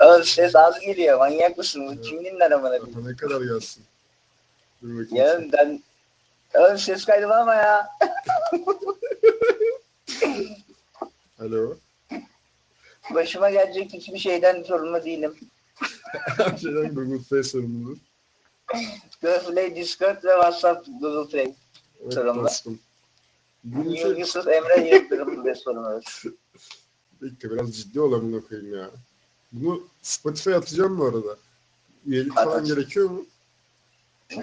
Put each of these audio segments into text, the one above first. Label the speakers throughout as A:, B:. A: Oğlum ses az geliyor. Manyak mısın? Bu kim dinler amına koyayım?
B: Kanka ne kadar yazsın? Dur bakayım.
A: Ya oğlum ben... Oğlum ses kaydı var mı ya?
B: Alo.
A: Başıma gelecek hiçbir şeyden sorumlu değilim.
B: Her şeyden Google Play sorumludur.
A: Google Play, Discord ve WhatsApp Google Play.
B: Evet,
A: Sorumlu.
B: bastım. Bunun şey- için
A: Yusuf Emre Yürek durumu ve sorumludur.
B: bir dakika biraz ciddi olamını okuyayım ya. Bunu Spotify atacağım bu arada. Üyelik
A: At,
B: falan
A: at.
B: gerekiyor mu?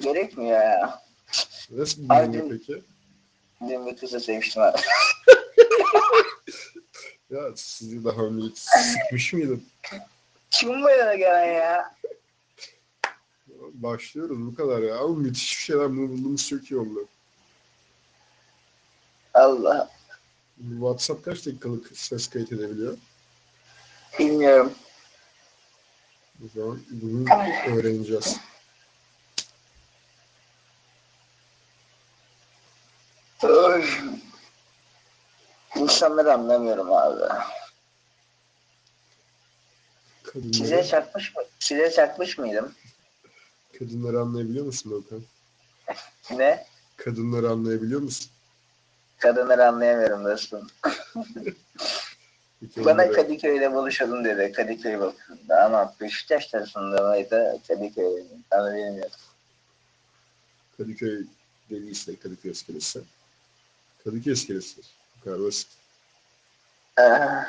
A: Gerekmiyor ya.
B: Nasıl
A: Ay,
B: bulunuyor
A: dün-
B: peki?
A: Dün bir kızla seviştim abi.
B: Ya sizi daha önce hiç sıkmış mıydım?
A: Kim bu yana gelen ya?
B: Başlıyoruz bu kadar ya. Ama müthiş bir şeyler bunu bulduğumuz çok iyi oldu.
A: Allah.
B: WhatsApp kaç dakikalık ses kayıt edebiliyor?
A: Bilmiyorum.
B: O zaman bunu öğreneceğiz.
A: Oy. İnsanları anlamıyorum abi. Size
B: Kadınları,
A: çakmış mı? Size çakmış mıydım?
B: kadınları anlayabiliyor musun Okan?
A: Ne?
B: Kadınları anlayabiliyor musun?
A: Kadınları anlayamıyorum dostum.
B: İki
A: Bana
B: onları-
A: Kadıköy'de buluşalım dedi. Kadıköy bakımında ama Beşiktaş tarafında mıydı? Kadıköy. Ben de bilmiyorum.
B: Kadıköy dediyse Kadıköy iskelesi. Kadıköy iskelesi. Bu kadar basit.
A: Ah,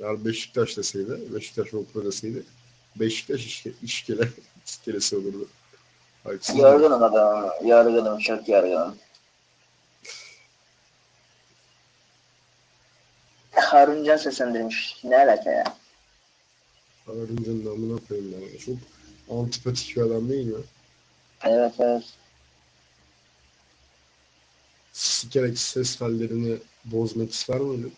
B: Eğer Beşiktaş deseydi, Beşiktaş okulu deseydi, Beşiktaş işke, işkele, iskelesi olurdu. Haksız mıyım?
A: yorgunum adamım. Yorgunum. Çok yorgunum. Harun Can seslendirmiş. Ne alaka ya?
B: Arınca'nın namına koyayım ben. Çok antipatik bir adam değil mi?
A: Evet evet.
B: Sikerek ses tellerini bozmak ister miydi?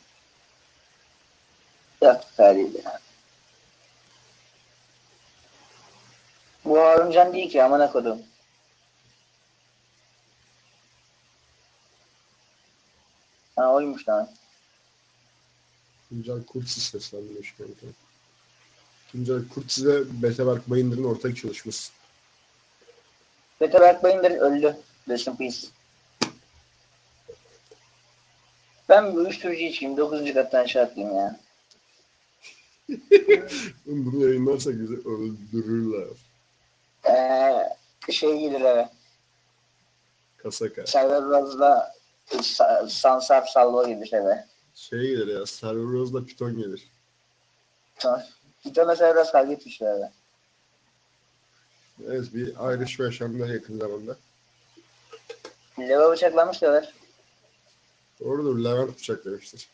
A: Yok haliyle. Bu Harun Can değil ki amına kodum. Ha oymuş lan.
B: Tuncel Kurtsiz seslendirmiş kanka. Tuncel Kurtsiz'e Beteberk Bayındır'ın ortak çalışması.
A: Peter Akbayındır öldü. Rest in peace. Ben bu uyuşturucu içeyim. 9. kattan aşağı atlayayım ya.
B: Oğlum Bunu yayınlarsak bizi öldürürler.
A: Ee, şey gelir eve.
B: Kasaka.
A: Serdar Raz'la Sa- Sansar Salvo gelir eve.
B: Şey gelir ya, Server Rose'la Python gelir.
A: Gitana Serdar Raz kavga etmişler eve.
B: Evet, bir ayrışma yaşandı yakın zamanda.
A: Leva bıçaklamışlar.
B: Doğrudur, Levent bıçak demiştir.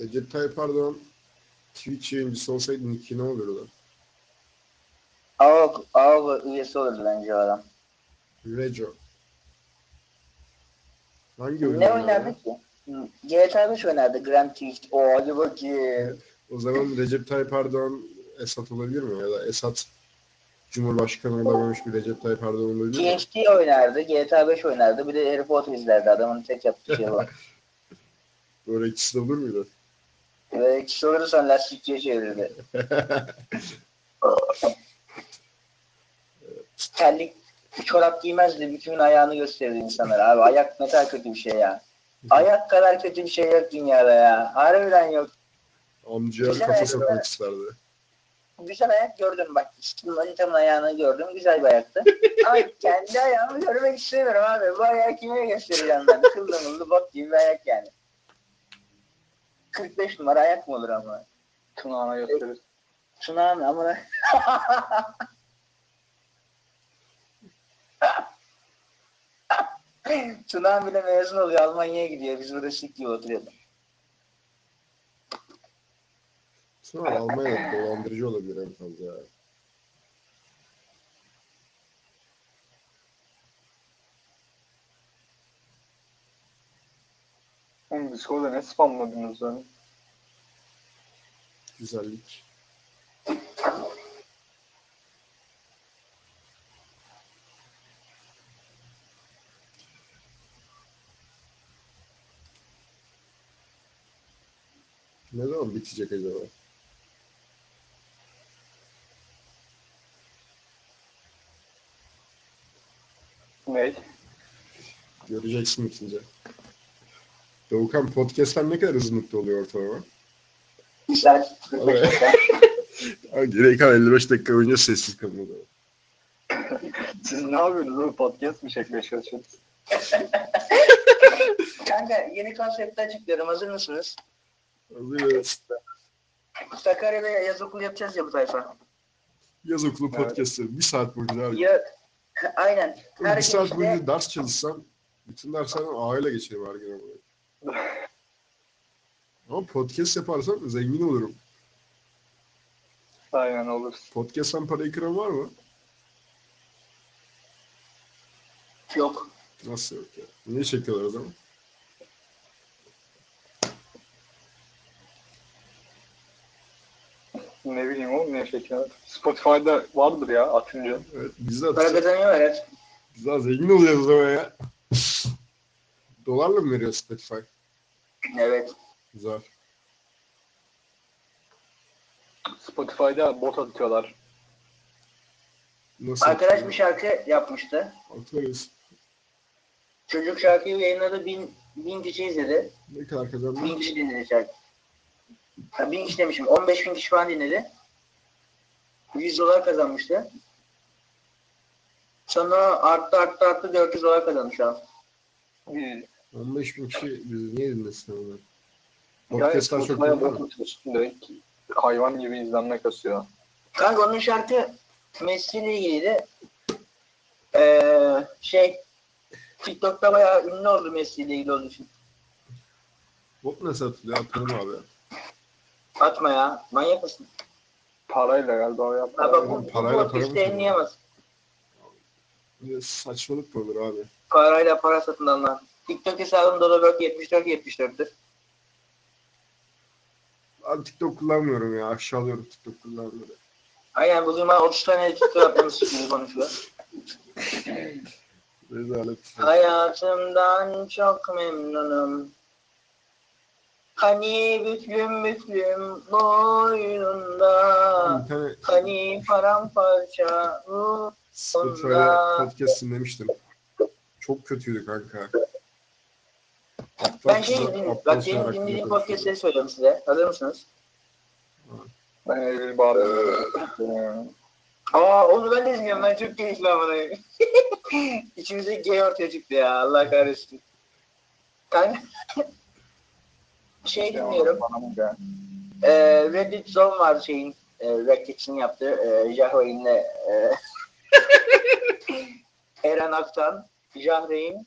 B: Recep Tayyip Erdoğan Twitch yayıncısı olsaydı Nick'i ne olurdu?
A: AOK, AOK üyesi olurdu bence o adam.
B: Rejo. Hangi oyun
A: Ne
B: oynar ya?
A: oynardı ki? GTA 5 oynardı. Grand Theft. Oo hadi bakayım.
B: O zaman Recep Tayyip Erdoğan Esat olabilir mi? Ya da Esat Cumhurbaşkanı olamamış bir Recep Tayyip Erdoğan olabilir mi?
A: TFT oynardı, GTA 5 oynardı. Bir de Harry Potter izlerdi. Adamın tek yaptığı şey bu.
B: Böyle ikisi de olur muydu?
A: Ve ikisi olursan lastikçiye çevirirdi. Terlik, çorap giymezdi. Bütün ayağını gösterirdi insanlara. Abi ayak ne kadar kötü bir şey ya. Ayak kadar kötü bir şey yok dünyada ya. Harbiden yok.
B: Amcaya
A: Güzel
B: kafa
A: ayrı
B: sokmak
A: be.
B: isterdi.
A: Güzel ayak gördüm bak. Manitamın ayağını gördüm. Güzel bir ayaktı. Ama kendi ayağımı görmek istemiyorum abi. Bu ayağı kime göstereceğim ben? Kıllanıldı bok gibi bir ayak yani. 45 numara ayak mı olur ama?
C: Tunağına gösterir.
A: Şuna mı amına? Tuna bile mezun oluyor. Almanya'ya gidiyor. Biz burada sik gibi oturuyorduk.
B: Sonra Almanya'da dolandırıcı olabilir en fazla ya.
C: Oğlum Discord'da ne spamladınız lan?
B: Güzellik. Ne zaman bitecek acaba?
C: Ney?
B: Göreceksin bitince. Doğukan podcast'ten ne kadar hızlı mutlu oluyor ortalama?
A: Bir saat.
B: Evet. Abi geriye kalan 55 dakika boyunca sessiz kalmadı.
C: Siz ne yapıyorsunuz oğlum? Podcast mı çekmeye çalışıyorsunuz?
A: Kanka yeni konsepti açıklıyorum. Hazır mısınız?
B: Hazırız.
A: Sakarya'da yaz okulu yapacağız ya bu tayfa.
B: Yaz okulu podcast'ı bir saat boyunca abi.
A: Ya, aynen. Her
B: bir
A: gün
B: saat
A: işte
B: boyunca ders çalışsam bütün derslerden ağıyla geçerim her gün. ama. Ama podcast yaparsam zengin olurum.
C: Aynen olur.
B: Podcast'tan parayı kıran var mı?
A: yok.
B: Nasıl yok ya? Niye çekiyorlar o zaman?
C: Ne bileyim oğlum ne şekilde. Spotify'da vardır ya atınca.
B: Evet, biz de
A: Para kazanıyorlar ya.
B: Biz daha zengin oluyoruz ama ya. Dolarla mı veriyor Spotify?
A: Evet.
B: Güzel.
C: Spotify'da bot atıyorlar.
B: Nasıl?
A: Arkadaş bir şey- şarkı yapmıştı.
B: Atarız.
A: Çocuk şarkıyı yayınladı. Bin, bin kişi izledi.
B: Ne kadar kazandın?
A: Bin kişi dinledi şarkı. Ha, bin kişi demişim. 15 bin kişi falan dinledi. 100 dolar kazanmıştı. Sonra arttı arttı arttı 400 dolar kazandı şu an.
C: Bir-
B: 15 bin kişi bizi niye dinlesin onlar?
C: Yani
B: Podcast'lar çok
C: Spotify'a
B: dinlenir
C: bot
B: mi?
C: atıyorsun direkt. Hayvan gibi izlenme kasıyor.
A: Kanka onun şarkı Messi ile ilgiliydi. Ee, şey TikTok'ta bayağı ünlü oldu Messi ile ilgili olduğu için.
B: Bot ne satılıyor? Atalım abi.
A: Atma ya. Manyak mısın?
C: Parayla galiba o yaptı.
A: Abi bu, bu
B: Ee, parayla para mı
A: podcast'ı yayınlayamaz.
B: Bir de saçmalık mı olur abi?
A: Parayla para satın alınan. TikTok hesabım Dolabörk 74 74'tür.
B: Ben TikTok kullanmıyorum ya. Aşağılıyorum TikTok kullanmıyorum.
A: Aynen bugün bana 30 tane TikTok atmamız gibi konuşuyor.
B: Rezalet.
A: Hayatımdan çok memnunum. Hani büklüm büklüm boynunda.
B: Bir tane
A: Hani paramparça ruh.
B: Spotify'da podcast dinlemiştim. Çok kötüydü kanka.
A: Ben şey dinleyeyim. Bak benim
B: Aptal
A: dinlediğim
B: konuşuyordu.
A: podcastleri söylüyorum size. Hazır mısınız?
C: Ben Eylül bağırıyorum.
A: Aa onu ben de dinliyorum. Ben çok keyifli amına. İçimizdeki gay ortaya çıktı ya. Allah kahretsin. Kanka. şey dinliyorum.
C: Bana mı gel?
A: Ee, Reddit Zone var şeyin. E, Reddit'in yaptığı. E, Jahreyn'le. E, Eren Aktan. Jahreyn.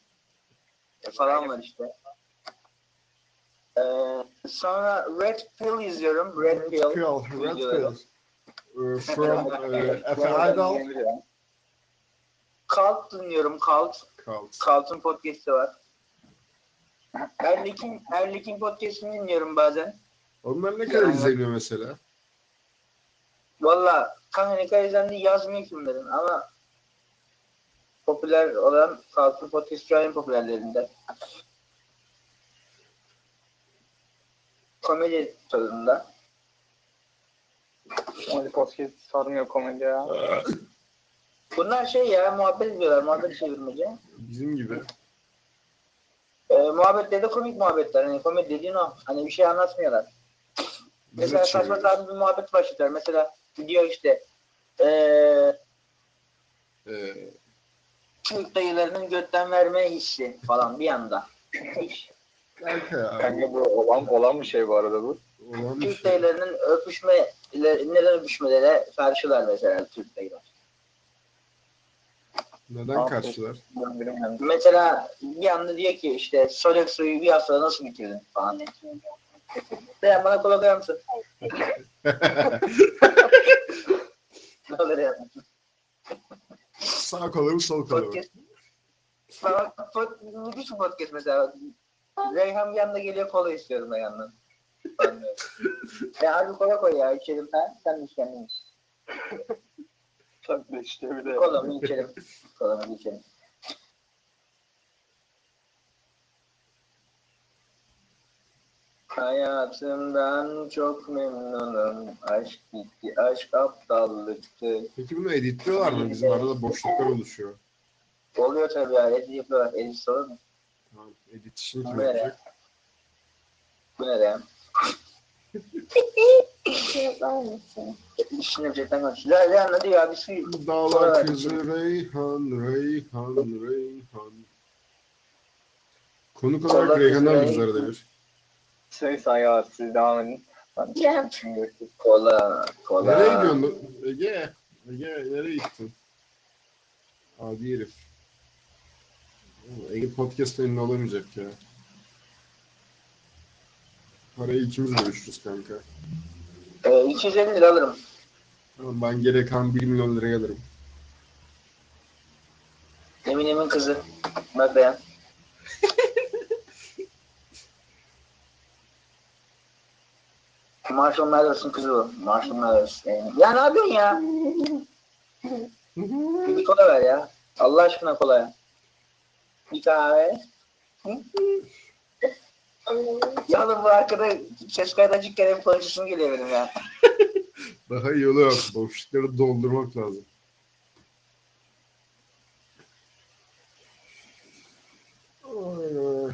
A: e, falan var işte. Ee, sonra Red Pill izliyorum. Red Pill.
B: Pill, Red Pill. Uh, From uh, Efe
C: Bana
B: Aydal.
C: gel ya.
A: Cult dinliyorum. Cult.
B: Cult.
A: Kaltın podcast'i var. Erlik'in Erlik'in podcast'ini dinliyorum bazen.
B: Onlar ne kadar izleniyor mesela?
A: Valla kanka ne kadar izlendi yazmıyor kimlerin ama popüler olan Kaltın podcast şu an en popülerlerinde. Komedi tadında.
C: Komedi podcast sarmıyor komedi ya.
A: Bunlar şey ya muhabbet ediyorlar muhabbet çevirmece.
B: Bizim gibi.
A: Ee, muhabbetleri de komik muhabbetler. Hani komedi dediğin o. Hani bir şey anlatmıyorlar.
B: Biz de
A: Mesela saçma
B: çeviriyoruz.
A: sapan bir muhabbet başlatıyor. Mesela diyor işte eee
B: Ee,
A: Türk dayılarının götten verme hissi falan bir anda.
B: kanka ya.
C: Kanka bu olan olan bir şey bu arada bu.
B: Olan bir
A: Türk
B: şey.
A: dayılarının öpüşme neden öpüşmelere karşılar mesela Türk dayılar.
B: Neden kaçtılar?
C: Ben bilmiyorum.
A: Mesela bir anda diyor ki işte Solex suyu bir haftada nasıl bitirdin falan diyor. Sen bana kola koyar mısın? ne olur yapma.
B: Sağ kolum sol kolum.
A: Podcast. Falan, pod, müthiş bir podcast mesela. Reyhan bir anda geliyor kola istiyorum ben yandan. Ben de. ya abi kola koy ya içelim ha. Sen de iç kendin iç.
C: Sen de işte bir de.
A: Kola mı içelim? Kola mı içelim? Hayatımdan çok memnunum. Aşk gitti, aşk aptallıktı.
B: Peki bunu editliyorlar mı? Bizim arada boşluklar oluşuyor.
A: Oluyor tabii ya. Edit yapıyorlar. Edit sorun mu?
B: Tamam. Edit işini kim
A: Evet.
B: yapacak?
A: Bu ne ya?
D: Yapar mısın?
A: İşini yapacaktan konuş. La la anladı ya bir şey.
B: Dağlar kızı Reyhan, Reyhan, Reyhan. Konuk olarak
A: Dağlar kızı
B: Reyhan'dan
A: Reyhan.
B: arıyoruz arada bir.
C: Şey sayar siz devam edin. Ben
D: Yap.
C: şimdi görüşürüz.
A: Kola, kola.
B: Nereye gidiyorsun? lan? Ege, Ege nereye gittin? Adi herif. Oğlum, Ege podcast'ta ünlü olamayacak ya. Parayı ikimiz bölüşürüz kanka.
A: Ee, 250 lira alırım.
B: Tamam, Ben gereken 1 milyon liraya alırım.
A: Eminem'in kızı. Bak beğen. Marshall Mathers'ın kızı bu. Marshall Mathers. Ee, Ya ne yapıyorsun ya? Bir kola ver ya. Allah aşkına kola ya. Bir kahve. Ya oğlum bu arkada ses kaydı açıkken hep konuşasım geliyor benim ya.
B: Daha iyi yolu yok. Boşlukları doldurmak lazım. Ay, ay.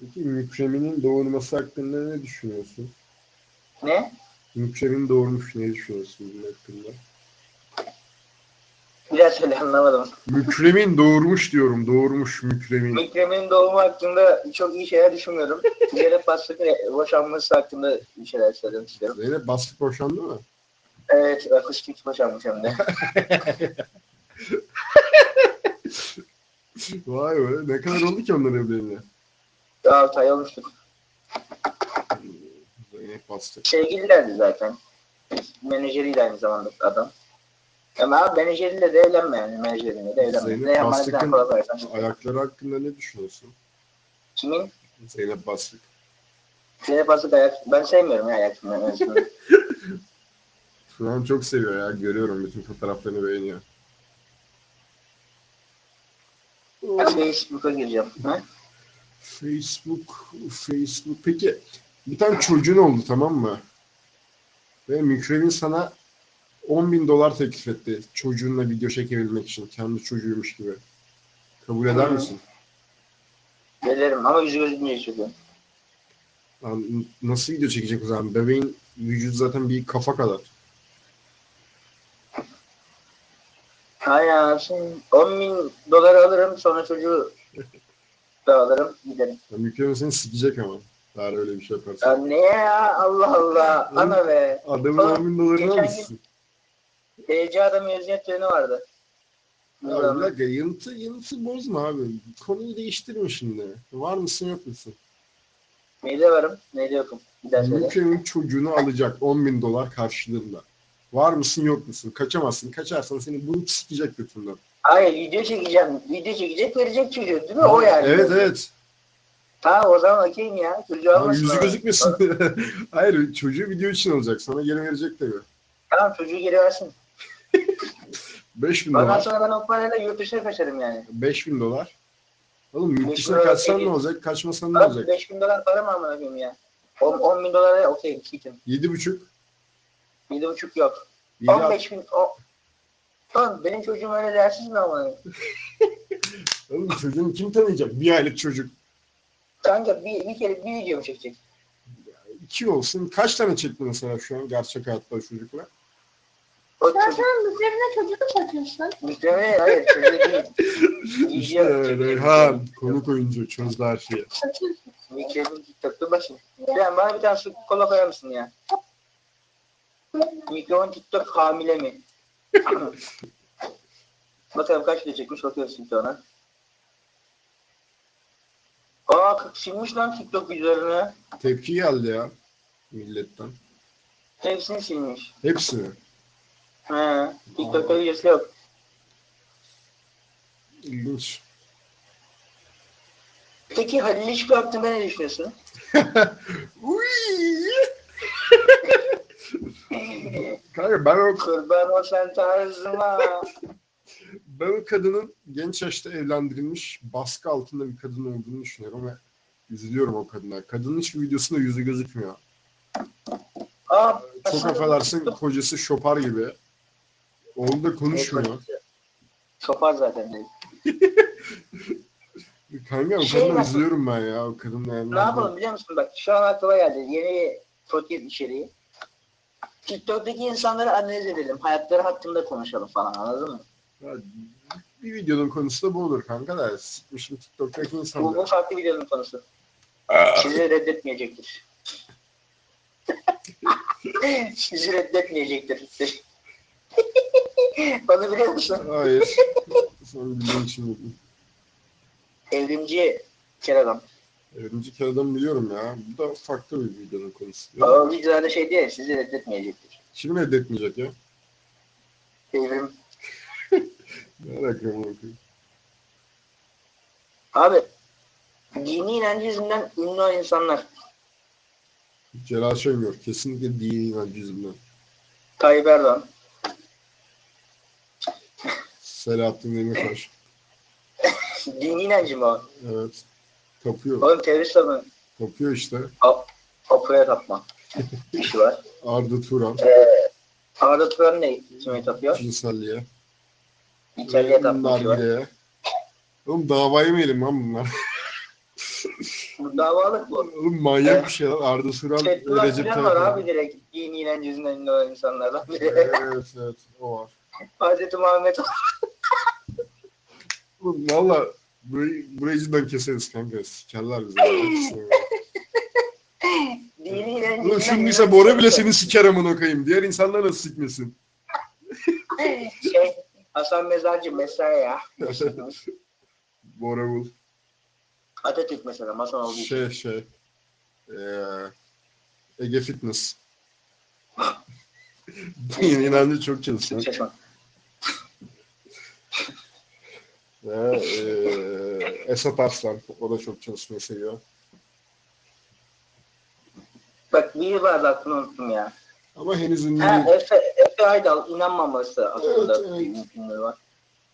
B: Peki Mükrem'in doğurması hakkında ne düşünüyorsun?
A: Ne?
B: Mükrem'in doğurmuş ne düşünüyorsun bunun hakkında?
A: Bir daha söyle anlamadım.
B: Mükrem'in doğurmuş diyorum. Doğurmuş Mükrem'in.
A: Mükrem'in doğumu hakkında çok iyi şeyler düşünmüyorum. Zeynep Bastık'ın boşanması hakkında bir şeyler söylemek istiyorum.
B: Zeynep bastık boşandı mı?
A: Evet, akustik boşanmış hem de.
B: Vay be. Ne kadar oldu ki onların evliliğine?
A: 6 ay olmuştuk.
B: Zeynep bastık.
A: Sevgililerdi zaten. Menajeriydi aynı zamanda adam. Ama abi menajeriyle de evlenme yani. Menajeriyle de evlenme.
B: Zeynep
A: Ne yapar ne
B: Bastık'ın-
A: yapar versen.
B: Ayakları hakkında ne düşünüyorsun?
A: Kimin?
B: Zeynep bastık.
A: Zeynep Bastık ayak. Ben sevmiyorum ya ayak filmlerini.
B: Turan çok seviyor ya. Görüyorum bütün fotoğraflarını beğeniyor.
A: Facebook'a gireceğim. Ha?
B: Facebook, Facebook. Peki bir tane çocuğun oldu tamam mı? Ve Mükremin sana 10 bin dolar teklif etti. Çocuğunla video çekebilmek için. Kendi çocuğuymuş gibi. Kabul eder
A: Hı.
B: misin?
A: Gelirim ama yüzü gözükmeyecek çocuğum.
B: Lan nasıl video çekecek o zaman? Bebeğin vücudu zaten bir kafa kadar.
A: Hayatım. 10 bin dolar alırım sonra çocuğu da alırım giderim.
B: Yani Mükremin seni sikecek ama. Eğer öyle bir şey
A: Ya
B: yaparsan.
A: ne ya Allah Allah. Ana be.
B: Adamın 10 bin dolarını
A: Geçen
B: almışsın.
A: TC adam mezuniyet töreni vardı.
B: Ya bir dakika yanıtı, yanıtı bozma abi. Konuyu değiştirme şimdi. Var mısın yok musun?
A: Neyde varım, neyde yokum. Bir daha söyle.
B: Mümkünün çocuğunu alacak 10 bin dolar karşılığında. Var mısın yok musun? Kaçamazsın. Kaçarsan seni bulup sikecek götünden.
A: Hayır, video çekeceğim. Video çekecek, verecek çocuğu değil mi? O yani.
B: Evet evet.
A: Ha o zaman okeyim ya. Çocuğu
B: Ama
A: almasın.
B: yüzü
A: ama.
B: gözükmesin. Hayır çocuğu video için alacak. Sana geri verecek tabii.
A: Tamam çocuğu geri versin.
B: 5 bin
A: Ondan
B: dolar.
A: sonra ben o parayla yurt dışına kaçarım yani.
B: 5 bin dolar. Oğlum yurt
A: Beş
B: dışına
A: bin dolar
B: kaçsan ne
A: değil.
B: olacak? Kaçmasan ne
A: Bak
B: olacak?
A: 5 bin dolar para mı amına koyayım ya? 10, 10 bin dolara okey gittim.
B: 7,5.
A: 7,5 yok.
B: 7,
A: 15 bin... O... Oğlum benim çocuğum öyle dersiz mi amına koyayım?
B: Oğlum çocuğunu kim tanıyacak? Bir aylık çocuk.
A: Kanka bir, bir kere bir video mu çekecek?
B: İki olsun. Kaç tane çekti mesela şu an gerçek hayatta çocukla?
A: O
D: Sen
A: çocuk...
D: sen üzerine çocuğu mu satıyorsun?
A: Mükemmel hayır çocuğu değil.
B: İşte
A: Video çekecek.
B: Reyhan konuk oyuncu çözdü her şeyi.
D: Satıyorsun.
A: Mikrofonun TikTok'ta başım. Ya bana bir tane su kola koyar mısın ya? Mikrofon TikTok hamile mi? Bakalım kaç video çekmiş bakıyoruz şimdi ona. Aa kırk- silmiş lan TikTok videolarını.
B: Tepki geldi ya milletten.
A: Hepsini silmiş.
B: Hepsini.
A: He. TikTok'ta videosu yok.
B: İlginç.
A: Peki Halil İşko hakkında ne düşünüyorsun?
B: Uy! Kanka ben o,
A: Kurban o sen tarzıma.
B: ben o kadının genç yaşta evlendirilmiş baskı altında bir kadın olduğunu düşünüyorum ve Üzülüyorum o kadına. Kadının hiçbir videosunda yüzü gözükmüyor.
A: Aa,
B: Çok affedersin kocası şopar gibi. Oğlu da konuşmuyor.
C: Sopar zaten değil.
B: Kanka o
A: Şey
B: kadına
A: bak-
B: üzülüyorum ben ya. O kadınla yani.
A: Ne yapalım biliyor musun? Bak şu an aklıma geldi. Yeni podcast içeriği. TikTok'taki insanları analiz edelim. Hayatları hakkında konuşalım falan anladın mı?
B: Ya, bir videonun konusu da bu olur kanka da. Sikmişim TikTok'taki
A: Bu, bu
B: insanlar.
A: farklı videonun konusu. Sizi reddetmeyecektir. Sizi reddetmeyecektir. Onu biliyor musun?
B: Hayır. Sen bildiğin için yapayım.
A: Evrimci kel adam.
B: Evrimci kere adamı biliyorum ya. Bu da farklı bir videonun konusu. Ya.
A: O videoda şey diye sizi reddetmeyecektir.
B: Kim reddetmeyecek ya?
A: Evrim.
B: Ne alaka bu?
A: Abi dini inancı yüzünden ünlü olan insanlar.
B: Celal Şengör. Kesinlikle değil inancı yüzünden.
A: Tayyip Erdoğan.
B: Selahattin Demirtaş.
A: Dini inancı mı o?
B: Evet. Tapıyor.
A: Oğlum terörist adamı.
B: Tapıyor işte.
A: Ap Apo'ya tapma. İşi var.
B: Arda Turan.
A: Arada Turan ne? Kime tapıyor?
B: Cinselliğe.
A: İtalya'ya tapma. işi var.
B: Nargile'ye. Oğlum davayı mı yedim lan bunlar?
A: Bu davalık bu.
B: Oğlum manyak bir şey lan. Arda Turan ve
A: Fethullahçılar
B: Recep Tayyip.
A: var
B: Erdoğan.
A: abi direkt dini inancı yüzünden ünlü olan insanlardan biri.
B: Evet evet o var.
A: Hazreti Muhammed
B: Oğlum valla burayı, burayı cidden keseriz kanka. Sikerler bizi. Allah'ını seversen.
A: dini inancı
B: Oğlum
A: yüzünden
B: şimdi ise
A: ünlü
B: Bora
A: olan
B: bile
A: insanlar.
B: seni siker amına koyayım. Diğer insanlar nasıl sikmesin?
A: Şey, Hasan Mezarcı mesela ya.
B: Bora Bul.
A: Atatürk mesela Hasan olduğu için.
B: Şey şey. Ee, Ege Fitness. İnancı çok çalışıyor.
A: Şaşma.
B: Ve eee Ee, e, Esat Arslan. O da çok çalışmayı seviyor.
A: Bak biri vardı aklını unuttum ya.
B: Ama henüz ünlü
A: Ha,
B: değil.
A: Efe, Efe Aydal inanmaması aslında.
B: Ee, Evet, evet.
A: mümkünleri var.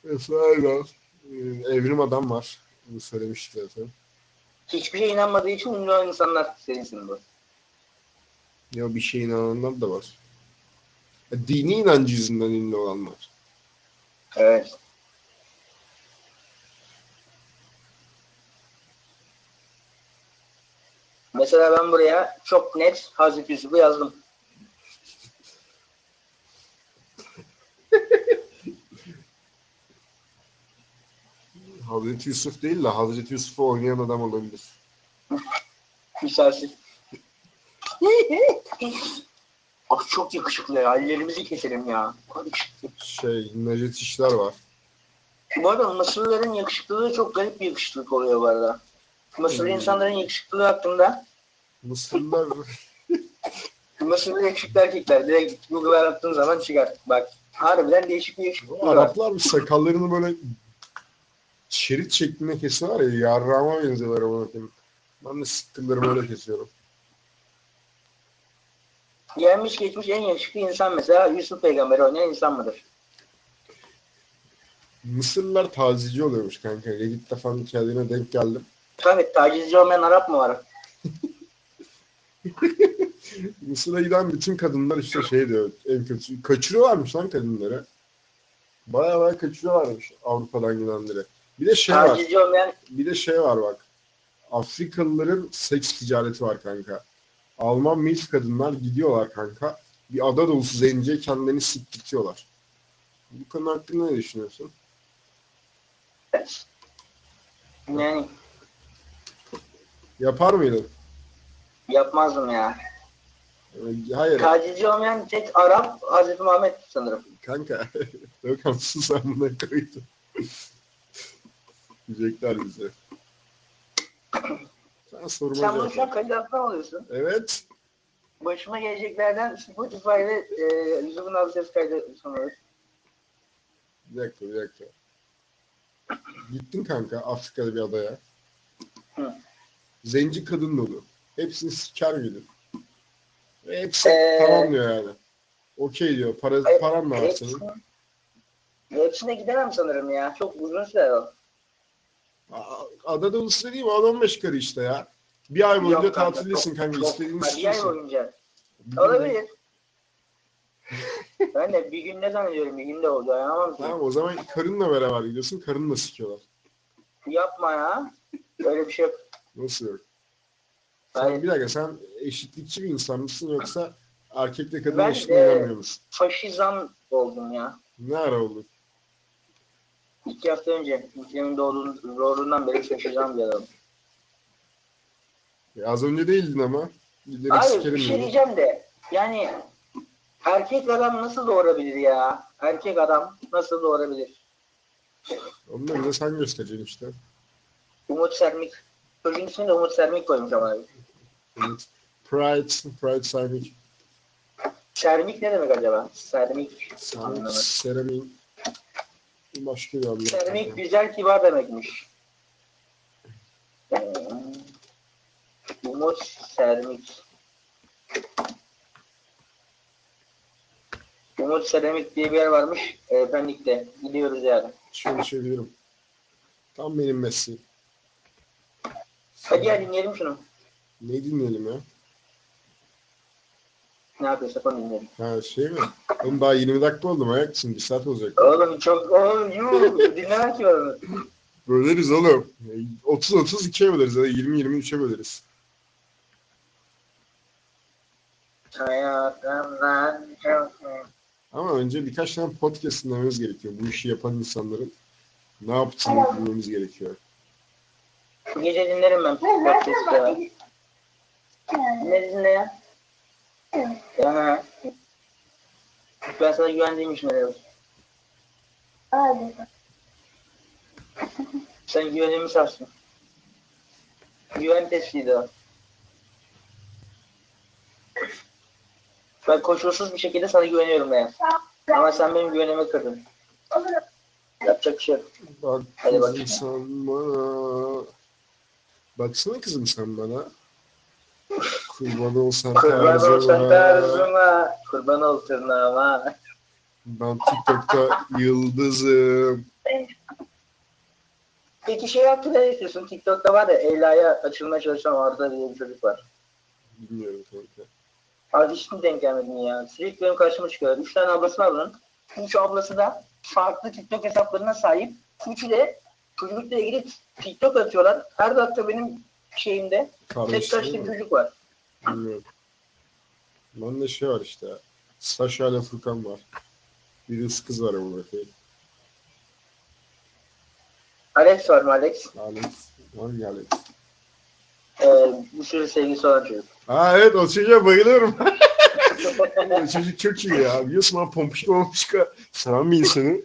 B: Esat Arslan. Ee, Evrim Adam var. Bunu söylemiştik zaten.
A: Hiçbir şeye inanmadığı için ünlü olan insanlar serisini bu.
B: Ya bir şeye inananlar da var. Ya, Dini inancı yüzünden ünlü olanlar.
A: Evet. Mesela ben buraya çok net Hazreti Yusuf'u yazdım.
B: Hazreti Yusuf değil de Hazreti Yusuf'u oynayan adam olabilir.
A: Müsaade. Abi çok yakışıklı ya. Ellerimizi keselim ya.
B: Şey, Necdet İşler var.
A: Bu arada Mısırlıların yakışıklılığı çok garip bir yakışıklılık oluyor bu arada. Mısırlı
B: Hmm.
A: insanların yakışıklılığı hakkında
B: Mısırlılar
A: Mısırlı yakışıklı erkekler direkt Google'a arattığın zaman çıkar. Bak harbiden değişik bir yakışıklılık var.
B: Araplar bir sakallarını böyle şerit şeklinde kesiyorlar ya. Yarrağıma benziyorlar ama bakayım. Ben de sıktıklarımı öyle kesiyorum.
A: Gelmiş geçmiş en yakışıklı insan mesela Yusuf Peygamber oynayan insan mıdır?
B: Mısırlılar tazici oluyormuş kanka. Reddit'te falan hikayelerine denk geldim.
A: Tabii tacizci olmayan Arap mı var?
B: Mısır'a giden bütün kadınlar işte şey diyor en kötüsü. Kaçırıyorlarmış lan kadınları. Baya baya kaçırıyorlarmış Avrupa'dan gidenleri. Bir de şey var.
A: Tacizci olmayan
B: Bir de şey var bak. Afrikalıların seks ticareti var kanka. Alman milf kadınlar gidiyorlar kanka. Bir ada dolusu zenciye kendilerini siktirtiyorlar. Bu konu hakkında ne düşünüyorsun?
A: yani
B: Yapar mıydın?
A: yapmazdım ya.
B: Ee, Hayır.
A: Tacizci olmayan tek Arap Hazreti Muhammed sanırım.
B: Kanka. Yok sus sen buna koydun. Diyecekler bize. Sen soruma
A: Sen bunu
B: cevap
A: şu an
B: ver.
A: kayıt altına mı alıyorsun.
B: Evet.
A: Başıma geleceklerden Spotify ve e, Zoom'un adı ses kaydı sanırım.
B: Bir dakika bir dakika. Gittin kanka Afrika'da bir adaya.
A: Hı.
B: Zenci kadın dolu. Hepsini siker gibi. Ve hepsi
A: Ee,
B: tamam diyor yani. Okey diyor. Para,
A: Ay-
B: paran mı var senin?
A: Hepsine, hepsine gidemem sanırım ya. Çok uzun süre o.
B: Aa, Ada dolusu dediğim 10-15 karı işte ya. Bir ay boyunca
C: Yok kanka,
B: tatildesin
C: çok-
B: kanka.
C: çok-
B: İstediğini
A: Ha, bir ay
B: istiyorsun.
A: boyunca. Olabilir. ben de bir günde zannediyorum bir günde oldu. Ama
B: Tamam o zaman karınla beraber gidiyorsun. Karınla sikiyorlar.
A: yapma ya. Öyle bir şey yok.
B: Nasıl yok?
A: Ben
B: Sen bir dakika sen eşitlikçi bir insan mısın yoksa erkekle kadın
A: Ben,
B: eşitliğine
A: e,
B: inanmıyor musun?
A: faşizan oldum ya.
B: Ne ara oldu?
A: İki hafta önce Mükremin doğduğun- doğduğundan beri faşizan bir adamım.
B: E, az önce değildin ama. Giderek
A: Abi bir
B: sikerim
A: şey
B: dedi.
A: diyeceğim de yani erkek adam nasıl doğurabilir ya? Erkek adam nasıl doğurabilir?
B: Onları da sen göstereceksin işte.
A: Umut Sermik. Çocuğun ismini de Umut Sermik koymuş ama abi.
B: Evet. Pride, Pride Sermik.
A: Sermik ne demek acaba? Sermik.
B: Sermik,
A: Anlamadım.
B: Seramin. Başka bir anlamı.
A: Sermik güzel kibar demekmiş. Hmm. Umut Sermik. Umut Sermik diye bir yer varmış. E, Pendik'te. Gidiyoruz yani.
B: Çalışabilirim. Tam benim mesleğim.
A: Hadi ya dinleyelim şunu.
B: Ne dinleyelim ya?
A: Ne yapıyorsak onu dinleyelim.
B: Ha şey mi? Oğlum daha 20 dakika oldu manyak mısın? Bir saat olacak.
A: Oğlum çok oğlum yuh dinlemez ki oğlum.
B: Böleriz oğlum. 30-32'ye böleriz. Ya da 20-23'e böleriz.
A: Hayatımdan çok
B: Ama önce birkaç tane podcast dinlememiz gerekiyor. Bu işi yapan insanların ne yaptığını bilmemiz gerekiyor.
A: Bu gece dinlerim ben
D: Ben zaten
A: podcast'ı.
D: bak. Yani.
A: Ne dinle ya? Aha. Ben sana güvendiğim için öyle oldu.
D: Hadi.
A: Sen güvenimi sarsın. Güven testiydi o. Ben koşulsuz bir şekilde sana güveniyorum ben. Ama sen benim güvenimi kırdın.
D: Olur.
A: Yapacak bir şey yok.
B: Bak
A: Hadi bakayım.
B: kızım sen bana. Baksana kızım sen bana. Kurban olsan
A: Kurban olsan
B: terzime.
A: tarzıma, kurban ol tırnağıma.
B: Ben TikTok'ta yıldızım.
A: Peki şey hakkında ne düşünüyorsun? TikTok'ta var ya Eyla'ya açılmaya çalışan Arda diye bir çocuk var.
B: Bilmiyorum kanka.
A: Abi hiç mi denk gelmedin ya? Sürekli benim karşıma çıkıyor. Üç tane ablası var bunun. Üç ablası da farklı TikTok hesaplarına sahip. Üçü de çocuklukla ilgili TikTok atıyorlar. Her dakika benim şeyimde tek
B: Kardeşim
A: kaçlı
B: değil
A: bir
B: mi?
A: çocuk var.
B: Bilmiyorum. Ben de şey var işte. Saşa ile Furkan var. Bir kız kız var ama bakayım.
A: Alex var mı Alex?
B: Alex. Hangi Alex?
A: Ee, bir sürü sevgisi olan çocuk.
B: Ha evet o çocuğa bayılıyorum. O çocuk çok iyi ya. Biliyorsun ben pompişli pompişka seven bir insanım.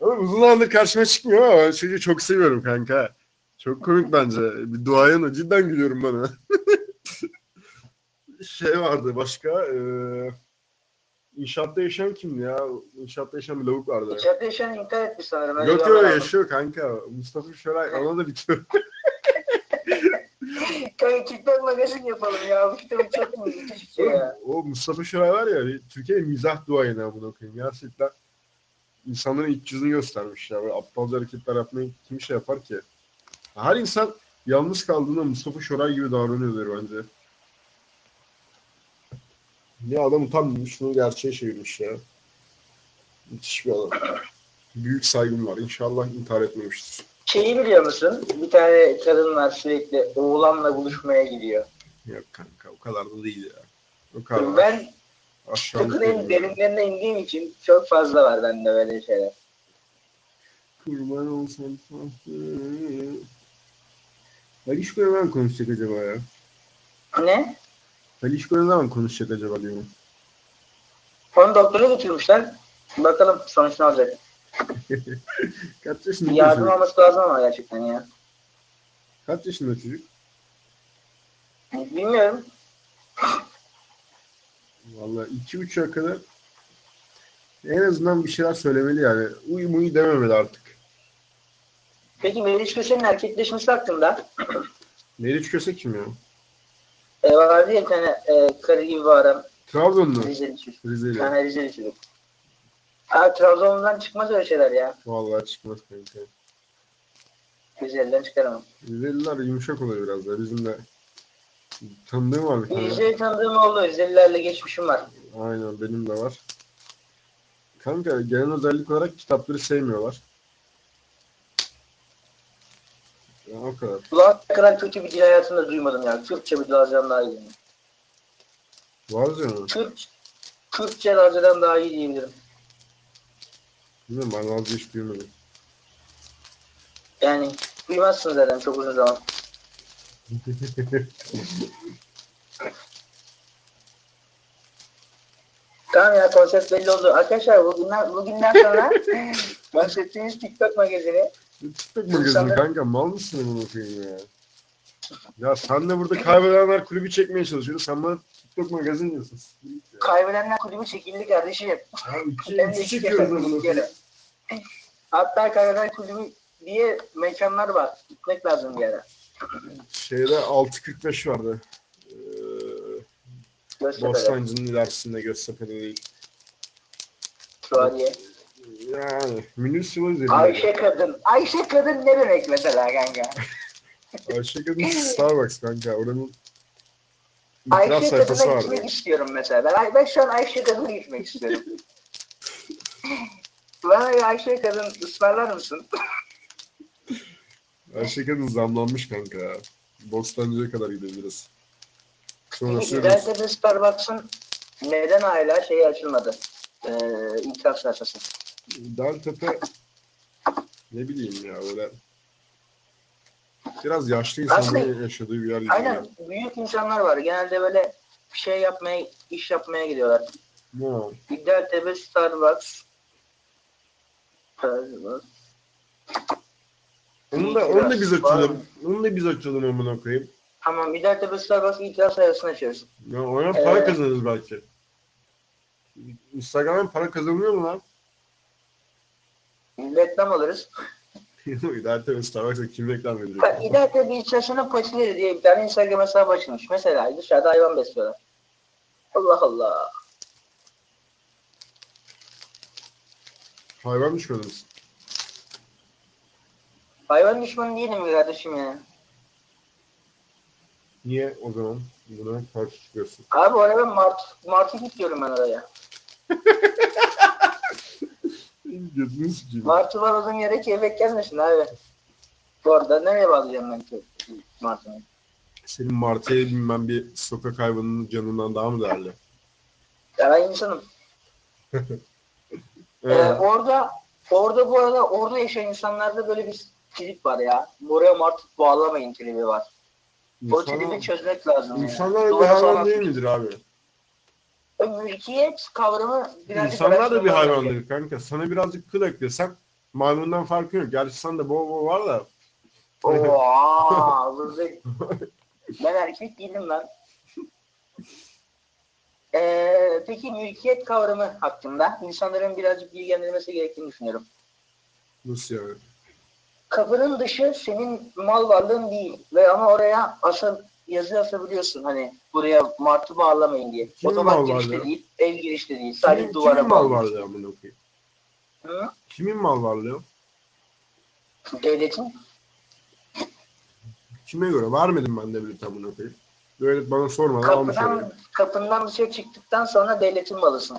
B: Ama uzun zamandır karşıma çıkmıyor ama ben çocuğu çok seviyorum kanka. Çok komik bence. Bir duayen o. Cidden gülüyorum bana. şey vardı başka. eee inşaatta yaşayan kimdi ya? İnşaatta yaşayan bir lavuk vardı.
A: İçeride yaşayan intihar etmiş sanırım. Öyle bir
B: Yok yok
A: haber
B: yaşıyor kanka. Mustafa Şoray ona da bitiyor.
A: aldım. Kanka TikTok magazin yapalım ya. Bu kitabı çok mu? Müthiş bir şey ya.
B: O Mustafa Şoray var ya Türkiye'nin mizah duayeni amına koyayım. Gerçekten insanların iç yüzünü göstermiş ya. Böyle aptalca hareketler yapmayı kim şey yapar ki? Her insan yalnız kaldığında Mustafa Şoray gibi davranıyordur bence. Ne adam utanmamış bunu gerçeğe çevirmiş ya. Müthiş bir adam. Büyük saygım var. İnşallah intihar etmemiştir.
A: Şeyi biliyor musun? Bir tane kadın var sürekli oğlanla buluşmaya gidiyor.
B: Yok kanka o kadar da değil ya. O kadar.
A: Ben
B: Aşağılık
A: TikTok'un
B: geliyor.
A: en derinlerine indiğim için çok fazla var bende böyle şeyler.
B: Kurban olsun. Haliç Koyun ne zaman konuşacak acaba ya?
A: Ne?
B: Haliç Koyun ne zaman konuşacak acaba diyorum.
A: Onu doktora götürmüşler. Bakalım sonuç ne olacak.
B: Kaç yaşında
A: Yardım
B: çocuk?
A: olması lazım ama gerçekten ya.
B: Kaç yaşında çocuk?
A: Bilmiyorum.
B: Valla 2-3'e kadar en azından bir şeyler söylemeli yani. Uy muy dememeli artık.
A: Peki Meriç Köse'nin erkekleşmesi hakkında
B: Meriç Köse kim ya?
A: e, vardı ya bir tane e, karı gibi bağıran
B: Trabzonlu.
A: Rizeli çocuk. Bir
B: Rizeli.
A: tane Rizeli çocuk. Aa, Trabzon'dan çıkmaz öyle şeyler ya.
B: Vallahi çıkmaz kanka.
A: Rizeli'den çıkaramam.
B: Rizeliler yumuşak oluyor biraz da. Bizim de Tanıdığım var bir tane.
A: İzleri tanıdığım oldu. İzlerilerle geçmişim var.
B: Aynen benim de var. Kanka genel özellik olarak kitapları sevmiyorlar. Ya o kadar.
A: Ulan kadar kötü bir dil hayatımda duymadım yani. Türkçe bir dilazyadan daha iyi.
B: Var ya.
A: Türk, Türkçe dilazyadan daha iyi diyebilirim.
B: Bilmiyorum ben vazgeç duymadım.
A: Yani duymazsınız zaten çok uzun zaman. Tamam ya konsept belli oldu. Arkadaşlar bugünden, bugünden sonra bahsettiğimiz TikTok magazini
B: TikTok magazini kanka mal mısın bunu okuyayım ya? Ya sen de burada kaybedenler kulübü çekmeye çalışıyorsun. Sen bana TikTok magazin diyorsun. Siktir git ya.
A: kaybedenler kulübü çekildi kardeşim.
B: Ya iki,
A: Ben de
B: üçü
A: iki
B: Şey, çekiyoruz
A: kere,
B: amına
A: iki
B: koyayım.
A: kere. Hatta kaybedenler kulübü diye mekanlar var. Gitmek lazım bir ara.
B: Şeyde 6.45 vardı. Ee,
A: Göztepe'de.
B: Bostancı'nın ilerisinde Göztepe'de değil.
A: Suadiye.
B: Yani Münir Sıla üzerinde.
A: Ayşe kadın. Ayşe kadın ne demek mesela kanka?
B: Ayşe Kadın Starbucks kanka. Oranın itiraf
A: Ayşe
B: sayfası
A: kadına
B: vardı.
A: gitmek istiyorum mesela. Ben, ben şu an Ayşe kadına gitmek istiyorum. Bana bir Ayşe kadın ısmarlar mısın?
B: Ayşe Kadın zamlanmış kanka. Bostancı'ya kadar gidebiliriz. Sonrası
A: İnternette Starbucks'ın neden hala şeyi açılmadı? Ee, itiraf sayfası.
B: Dantepe ne bileyim ya böyle biraz yaşlı
A: Aslında-
B: insanların yaşadığı bir yer gibi.
A: Aynen büyük insanlar var. Genelde böyle şey yapmaya, iş yapmaya gidiyorlar.
B: Ya.
A: İddiatepe Starbucks. Starbucks.
B: Onu da, onu da biz açalım. Onu da biz açalım amına koyayım.
A: Tamam İddiatepe Starbucks itiraf sayfasını açıyoruz.
B: Ya ona para
A: Ee,
B: kazanırız belki. Instagram'dan para kazanılıyor mu lan?
A: Reklam alırız.
B: İdarte Starbucks'a kim reklam verecek?
A: Bak İdarete bir ilçesinin patileri diye bir tane Instagram hesabı açılmış. Mesela dışarıda hayvan besliyorlar. Allah Allah.
B: Hayvan düşmanımız.
A: Hayvan düşmanı değilim mi kardeşim ya?
B: Niye o zaman buna karşı çıkıyorsun?
A: Abi oraya ben mart, martı gidiyorum ben oraya.
B: Gözünü sikeyim.
A: Martı var olduğum yere keyfek gelmesin abi. Bu arada nereye bağlayacağım ben ki martını?
B: Senin martıya bilmem bir sokak hayvanının canından daha mı değerli?
A: Ee, Ya ben insanım. Ee,
B: Ee,
A: orada orada bu arada orada yaşayan insanlarda böyle bir trip var ya. Buraya martı bağlamayın tribi var. O tribi çözmek lazım. ya.
B: İnsanlar da
A: şey- Doğru
B: bir hayvan
A: sanat-
B: değil midir abi?
A: Mülkiyet kavramı birazcık
B: İnsanlar da
A: araştırmalar
B: bir
A: gerekiyor.
B: hayvandır kanka. Sana birazcık kıl ek desem maymundan farkı yok. Gerçi sende bol bol var da.
A: Oo, aa, vızı. ben erkek değilim lan. Ee, peki mülkiyet kavramı hakkında insanların birazcık bilgilendirilmesi gerektiğini düşünüyorum.
B: Nasıl yani?
A: Kapının dışı senin mal varlığın değil ve ama oraya asıl yazı asabiliyorsun hani buraya martı bağlamayın diye.
B: Kimin mal
A: Otoban girişte
B: varlığı?
A: değil, ev girişte değil. Sadece
B: Kimin,
A: duvara
B: kimin mal
A: bağlı.
B: varlığı amına koyayım?
A: Hı?
B: Kimin mal varlığı?
A: Devletin
B: Kime göre? Vermedim ben devlet amına koyayım. Devlet bana sormadan almış
A: kapıdan,
B: orayı.
A: kapından dışarı çıktıktan sonra devletin malısın.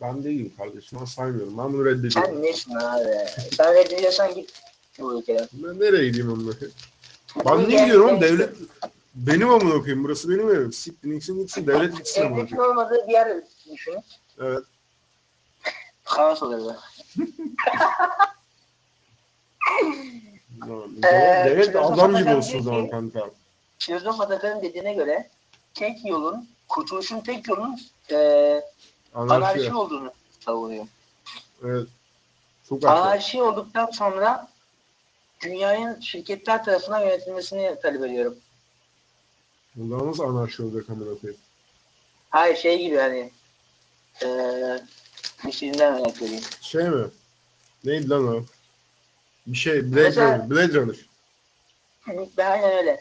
B: Ben değilim kardeşim. Ben saymıyorum. Ben bunu reddediyorum.
A: Sen nesin abi? Sen reddediyorsan git bu ülkeden.
B: Ben nereye gideyim amına koyayım?
A: Bu
B: Ben
A: ülkeden
B: ne gidiyorum?
A: gitmek
B: Devlet benim amına koyayım. Burası benim evim. Siktin gitsin gitsin. Devlet
A: istiyorum.
B: gitsin amına
A: Devletin
B: koyayım.
A: olmadığı bir yer düşünün.
B: Evet.
A: Kaos olurdu.
B: Tamam.
A: Ee,
B: Devlet de
A: filozof
B: adam gibi
A: adam
B: olsun o
A: diyor
B: zaman
A: ki-
B: kanka.
A: Filozof Atakan'ın dediğine göre tek yolun, kurtuluşun tek yolun eee
B: Anarşi.
A: anarşi olduğunu savunuyor.
B: Evet. Çok haklı.
A: Anarşi olduktan sonra dünyanın şirketler tarafından yönetilmesini talep ediyorum.
B: O zaman nasıl anarşi olacak amına koyayım?
A: Hayır şey gibi hani eee bir şeyinden örnek vereyim.
B: Şey mi? Neydi lan o? Bir şey. Blade
A: Mesela-
B: Runner. Blade Runner.
A: Hani Ben aynen öyle.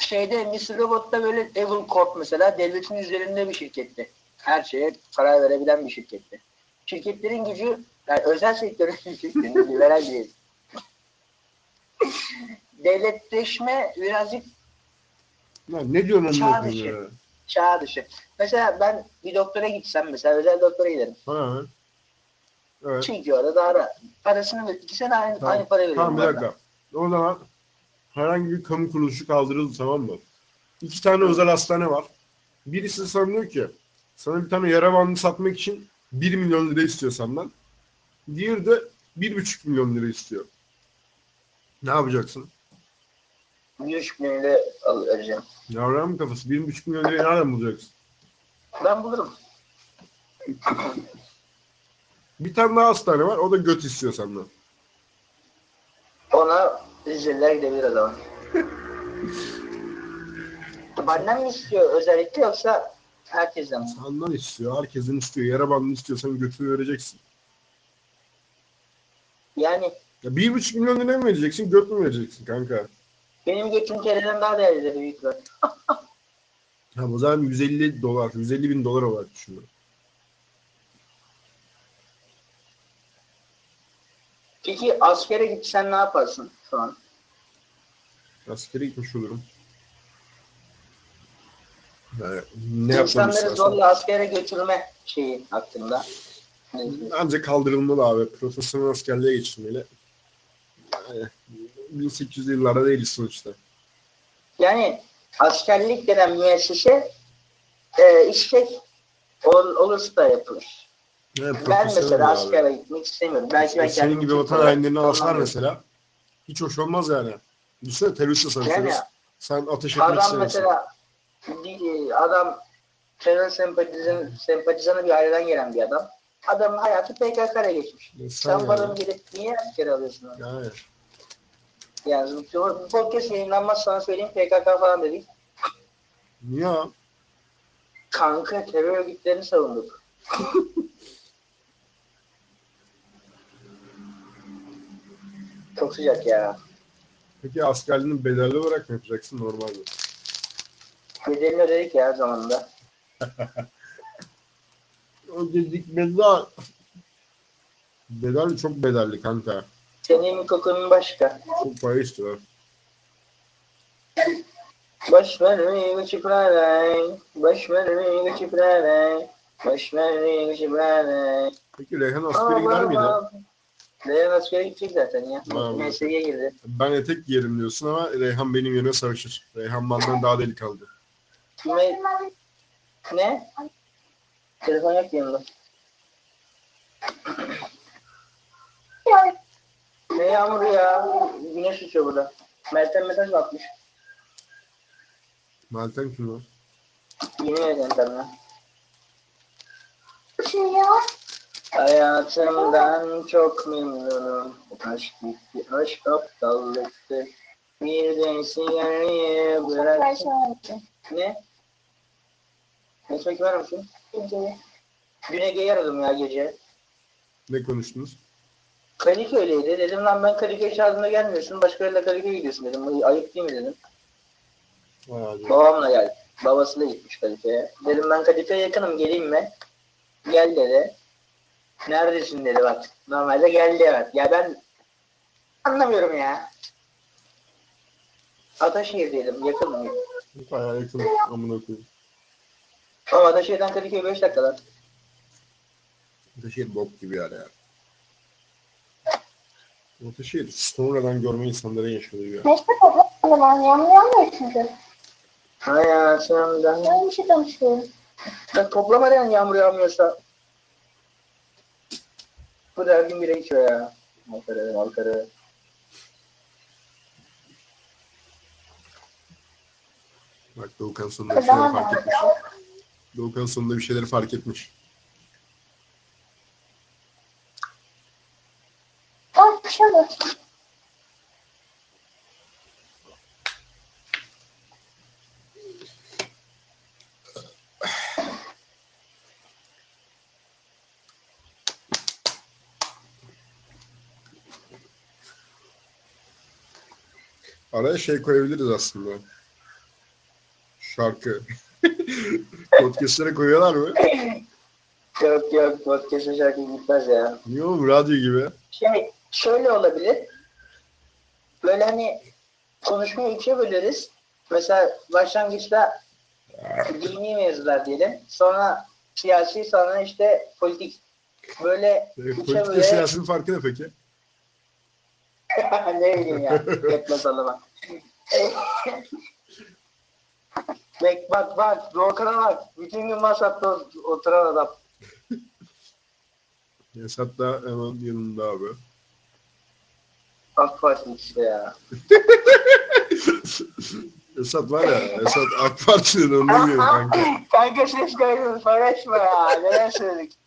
A: Şeyde Mr. Robot'ta böyle Evil Corp mesela devletin üzerinde bir şirketti. Her şeye karar verebilen bir şirketti. Şirketlerin gücü, yani özel sektörün şirketlerin gücü veren değil. Devletleşme birazcık
B: Lan ne diyorsun
A: Çağ
B: amına koyayım
A: dışı.
B: ya?
A: Çağ dışı. Mesela ben bir doktora gitsem mesela özel doktora giderim.
B: Ha. Evet.
A: Çünkü orada daha rahat. Parasını ver. İkisine de aynı,
B: Tamam.
A: aynı para veriyorum.
B: Tamam bir
A: orada.
B: dakika. O zaman herhangi bir kamu kuruluşu kaldırıldı tamam mı? İki tane özel hastane var. Birisi sana diyor ki sana bir tane yara bandı satmak için 1 milyon lira istiyor senden. Diğeri de 1,5 milyon lira istiyor. Ne yapacaksın?
A: Bir üç günlüğüne al- vereceğim.
B: Yavrum mı kafası? 1,5 milyon lirayı nereden bulacaksın?
A: Ben bulurum.
B: Bir tane daha hastane var. O da göt istiyor senden.
A: Ona Rizeliler gidebilir o zaman. Benden mi istiyor özellikle yoksa herkesten mi?
B: Senden istiyor. Herkesin istiyor. Yara bandı istiyorsan götünü vereceksin.
A: Yani
B: Ya 1,5 milyon lira mı vereceksin? Göt mü vereceksin kanka?
A: benim götüm kereden daha değerlidir büyük ihtimal.
B: Ha, o zaman 150 dolar, 150 bin dolar olarak düşünüyorum.
A: Peki askere gitsen ne yaparsın şu an?
B: Askere gitmiş olurum. Yani ne yapmam
A: İnsanları
B: istersen.
A: zorla askere götürme şeyi hakkında.
B: Bence kaldırılmalı abi. Profesyonel askerliğe geçilmeli. Yani 1800'lü yıllarda değiliz sonuçta.
A: Yani askerlik denen müessese e, istek ol- olursa da yapılır.
B: Yani
A: Ben
B: profesyonel
A: mesela
B: abi. E,
A: askere gitmek istemiyorum. Belki ben
B: Senin
A: kendim
B: gibi
A: çok
B: vatan
A: kolay-
B: hainlerini alsalar
A: anlamıyorum.
B: mesela. Hiç hoş olmaz yani. Düşünsene teröristle
A: Yani
B: sanırsanız. Sen ateş etmek
A: adam
B: istemiyorsun.
A: mesela di- e, adam terör sempatizan, sempatizanı bir aileden gelen bir adam. Adamın hayatı PKK'ya geçmiş.
B: Ya sen
A: Sen,
B: yani.
A: paranı verip niye askere alıyorsun? onu?
B: Yani.
A: Yani bu bu podcast yayınlanmaz sana söyleyeyim PKK falan dedik.
B: Niye abi?
A: Kanka terör örgütlerini savunduk. Çok sıcak ya.
B: Peki askerliğini bedelli olarak mı yapacaksın normalde?
A: Bedelini ödedik ya zamanında.
B: O dedik bedel. Bedel çok bedelli kanka.
A: Senin kokunun başka.
B: Çok para istiyorlar.
A: Baş vermeyi geçip raray. Baş vermeyi geçip raray. Baş vermeyi geçip raray.
B: Peki Reyhan askere gider miydi?
A: Leyan askere gidecek zaten ya.
B: Aa,
A: MSG'ye girdi.
B: Ben etek giyerim diyorsun ama Reyhan benim yerime savaşır. Reyhan benden daha delikanlı.
A: Kime, ne? Telefon yok yanımda. Ne yağmur ya? Güneş uçuyor burada. Mert'ten mesaj mı atmış?
B: Meltem kim lan?
A: Yeni yerden tanına.
D: Şey
A: Hayatımdan çok memnunum. Aşk gitti, aşk aptallıktı. Bir de sigarayı bırak.
D: şey
A: Ne? Mesaj var mısın? Dün Ege'yi aradım ya gece.
B: Ne konuştunuz?
A: Kadıköy'leydi. Dedim lan ben Kadıköy çağrımda gelmiyorsun. Başka yerle Kadıköy'e gidiyorsun dedim. Bu Ayıp değil mi dedim.
B: Vay abi.
A: Babamla geldi. Babası da gitmiş Kadıköy'e. Dedim ben Kadıköy'e yakınım geleyim mi? Gel dedi. Neredesin dedi bak. Normalde gel demez. Ya ben anlamıyorum ya. Ataşehir'deydim yakınım.
B: Bayağı yakın amına koyayım.
A: Ama Ataşehir'den Kadıköy 5 dakikalar.
B: Ataşehir bok gibi yer ya. Ataşehir sonradan görme insanlara yaşadığı bir yer.
D: Meşte toplam zaman yanmıyor mu çünkü?
A: Hayatımdan.
D: Ben bir şey konuşuyorum.
A: Ben toplamadan yağmur yağmıyorsa. Bu da her gün bire içiyor ya. Ankara, Ankara.
B: Bak Doğukan sonunda bir şeyler fark etmiş. Doğukan sonunda bir şeyleri fark etmiş.
D: Ah bir şey yok.
B: Araya şey koyabiliriz aslında. Şarkı. Podcast'lere koyuyorlar mı?
A: Yok yok podcast'ın şarkı gitmez ya. Şey,
B: Niye oğlum radyo gibi?
A: Şimdi şöyle olabilir. Böyle hani konuşmayı ikiye böleriz. mesela başlangıçta dini mevzular diyelim. Sonra siyasi sonra işte politik. Böyle
B: E,
A: üçe
B: politika
A: böyle-
B: siyasetin farkı ne peki?
A: ne bileyim ya. Bekle sallama. Bek bak bak. Doğukan'a bak. Bütün gün masapta oturan adam.
B: Esat da hemen yanında abi.
A: AK Parti işte ya.
B: Esat var ya, Esat AK Parti'nin önüne geliyor kanka.
A: Kanka ses kaydını paylaşma ya. Neler söyledik.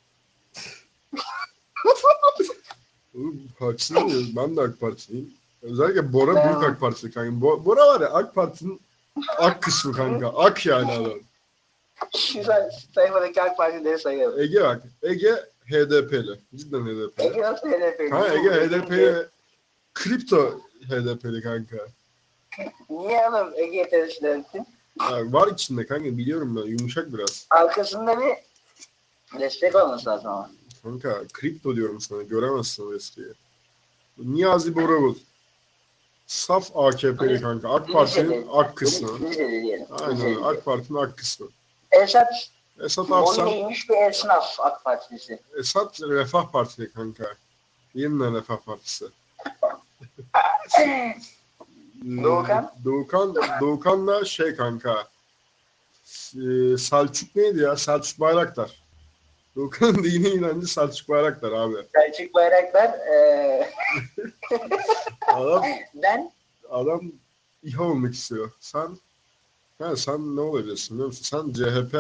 B: Oğlum haksız mıyız? Ben de AK Partiliyim. Özellikle Bora
A: Ben-
B: büyük AK Partili kanka. Bo- Bora var ya AK Parti'nin ak kısmı kanka. Ak yani adam.
A: Güzel sayfadaki AK Parti'leri sayıyorum.
B: Ege bak. Ege HDP'li. Cidden HDP'li.
A: Ege nasıl HDP'li?
B: Ha Ege HDP'li. Kripto HDP'li kanka.
A: Niye oğlum Ege'ye teröristler ettin?
B: Ya var içinde kanka biliyorum ben. Yumuşak biraz.
A: Arkasında bir destek olması lazım ama.
B: Kanka kripto diyorum sana. Göremezsin o eskiyi. Niyazi Borabut. Saf AKP'li kanka. AK Parti'nin ak kısmı.
A: Rize'de diyelim.
B: Aynen
A: Rize'de.
B: AK Parti'nin ak kısmı.
A: Esat
B: Esat
A: boyun
B: Arslan,
A: eğmiş bir esnaf AK Partilisi.
B: Esat Refah Partili kanka. Yeniden Refah Partisi. Hmm,
A: Doğukan?
B: Doğukan, Doğukan da şey kanka. Ee, Selçuk neydi ya? Selçuk Bayraktar. Doğukan'ın dini inancı Selçuk Bayraktar abi.
A: Selçuk Bayraktar eee,
B: Adam,
A: e, ben
B: adam İHA olmak istiyor. Sen ha, sen ne olabilirsin biliyor musun? Sen CHP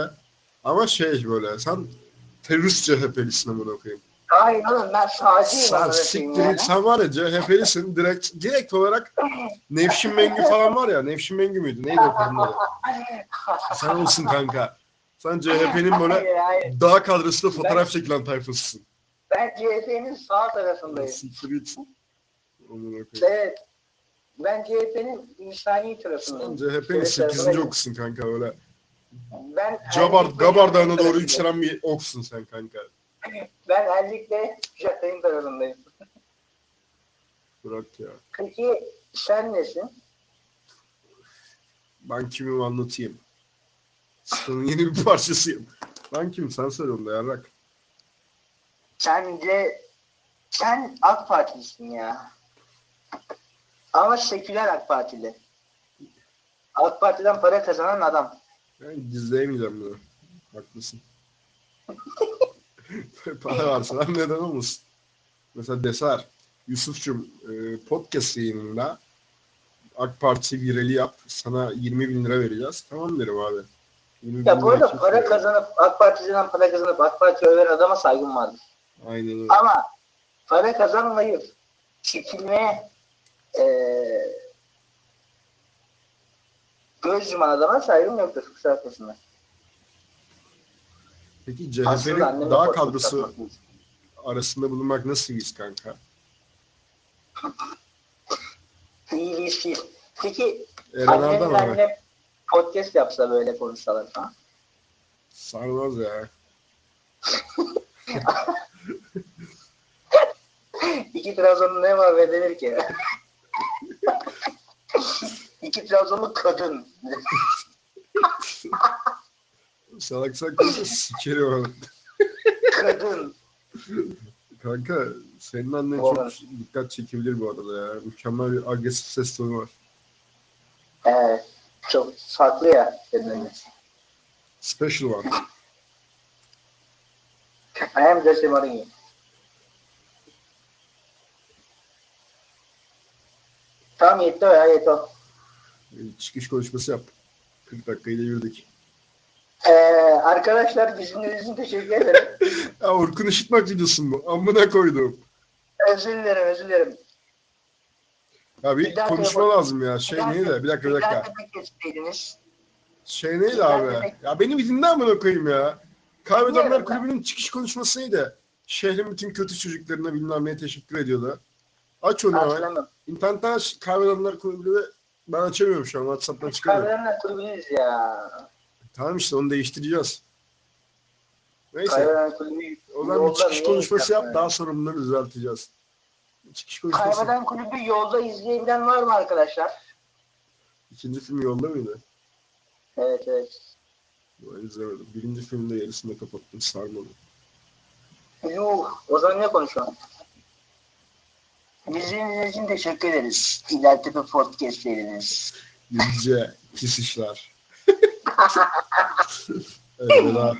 B: ama şey böyle sen terörist CHP'lisin amına koyayım.
A: hayır oğlum ben sağcıyım.
B: Sen
A: anasını
B: siktir
A: ya.
B: git. Sen var ya CHP'lisin. Direkt, direkt olarak Nevşin Mengü falan var ya. Nevşin Mengü müydü? Neydi o kadın adı? Sen olsun kanka. Sen CHP'nin böyle
A: Hayır hayır.
B: dağ kadrosunda fotoğraf çekilen tayfasısın.
A: Ben CHP'nin sağ tarafındayım.
B: Siktir git. Aman okey.
A: Evet. Ben CHP'nin insani
B: Sen
A: tarafındayım.
B: CHP'nin 8. okusun kanka böyle.
A: Ben
B: Cabar,
A: erkeklerin
B: Gabar Dağı'na doğru
A: tarafındayım.
B: yükselen bir oksun sen kanka.
A: Ben erlikle Jack'ın tarafındayım.
B: Bırak ya.
A: Peki sen nesin?
B: Ben kimim anlatayım. Sıkının yeni bir parçasıyım. Ben kim? Sen söyle onu da yarrak.
A: Sence sen AK Partilisin ya. Ama seküler AK Partili. AK Parti'den para kazanan adam.
B: Ben gizleyemeyeceğim bunu. Haklısın. Para varsa lan neden olmasın? Mesela Deser, Yusuf'cum e, podcast yayınında AK Parti virali yap. Sana 20 bin lira vereceğiz. Tamam derim abi. 20 bin
A: Ya bu
B: lira
A: arada
B: çok
A: para
B: veriyor.
A: kazanıp AK Parti'den para kazanıp AK Parti'yi öven adama saygım vardır.
B: Aynen öyle.
A: Ama para kazanmayıp çekilmeye e, eee göz yuman adama saygım yoktur. Kusura bakmasınlar.
B: Peki
A: Aslında
B: CHP'nin
A: annemin
B: daha
A: korkusu
B: kadrosu
A: katmak lazım.
B: arasında bulunmak nasıl his kanka?
A: İyi bir şey. Peki
B: Eren Arda
A: annem
B: mı? abi?
A: benimle podcast yapsa böyle konuşsalar falan.
B: Sarmaz ya.
A: İki Trabzonlu ne var ve denir ki? İki Trabzonlu kadın.
B: Salak salak konuşuyor, sikerim abi.
A: kadın.
B: Kanka senin annen
A: Doğru.
B: çok dikkat çekebilir bu arada ya. Mükemmel bir agresif ses tonu var.
A: Evet. Çok farklı ya. Dedim.
B: Special var.
A: I am Jose Mourinho. Tamam yetti o ya yetti o.
B: Bir E, Çıkış konuşması yap. 40 dakikayı devirdik.
A: Ee, arkadaşlar bizimle için teşekkür ederim.
B: Ya Orkun Işıtmak videosu mu? Amına koydum.
A: özür dilerim özür dilerim.
B: Ya bir,
A: Bir dakika
B: konuşma
A: yapalım.
B: lazım ya. Şey neydi? Bir dakika bir dakika.
A: Bir kesmeydiniz.
B: Şey neydi
A: dakika
B: abi?
A: bekle.
B: Ya beni bir dinle amına koyayım ya. Kahvedenler
A: Dinliyorum ben.
B: Kulübü'nün çıkış konuşması neydi? Şehrin bütün kötü çocuklarına bilmem neye teşekkür ediyordu. Aç onu hemen.
A: Hatırlamıyorum.
B: İnternetten aç. Kahvedenler Kulübü'nü ben açamıyorum şu an. WhatsApp'tan çıkamıyorum.
A: Kahverenler kulübünüz ya.
B: Tamam işte onu değiştireceğiz. Neyse.
A: Kahverenler kulübü.
B: O zaman bir
A: yolda
B: çıkış
A: niye
B: konuşması yap.
A: yapmıyor?
B: Daha sonra bunları düzelteceğiz. Çıkış konuşması.
A: Kahveden kulübü yolda izleyebilen var mı arkadaşlar?
B: İkinci film yolda mıydı?
A: Evet evet.
B: Ben izlemedim. Birinci filmde yarısında kapattım. Sarmadı.
A: Yuh, Ozan ne konuşuyor? İzlediğiniz için teşekkür ederiz. İleride bir podcast seriniz.
B: Yüzce pis işler. Elveda.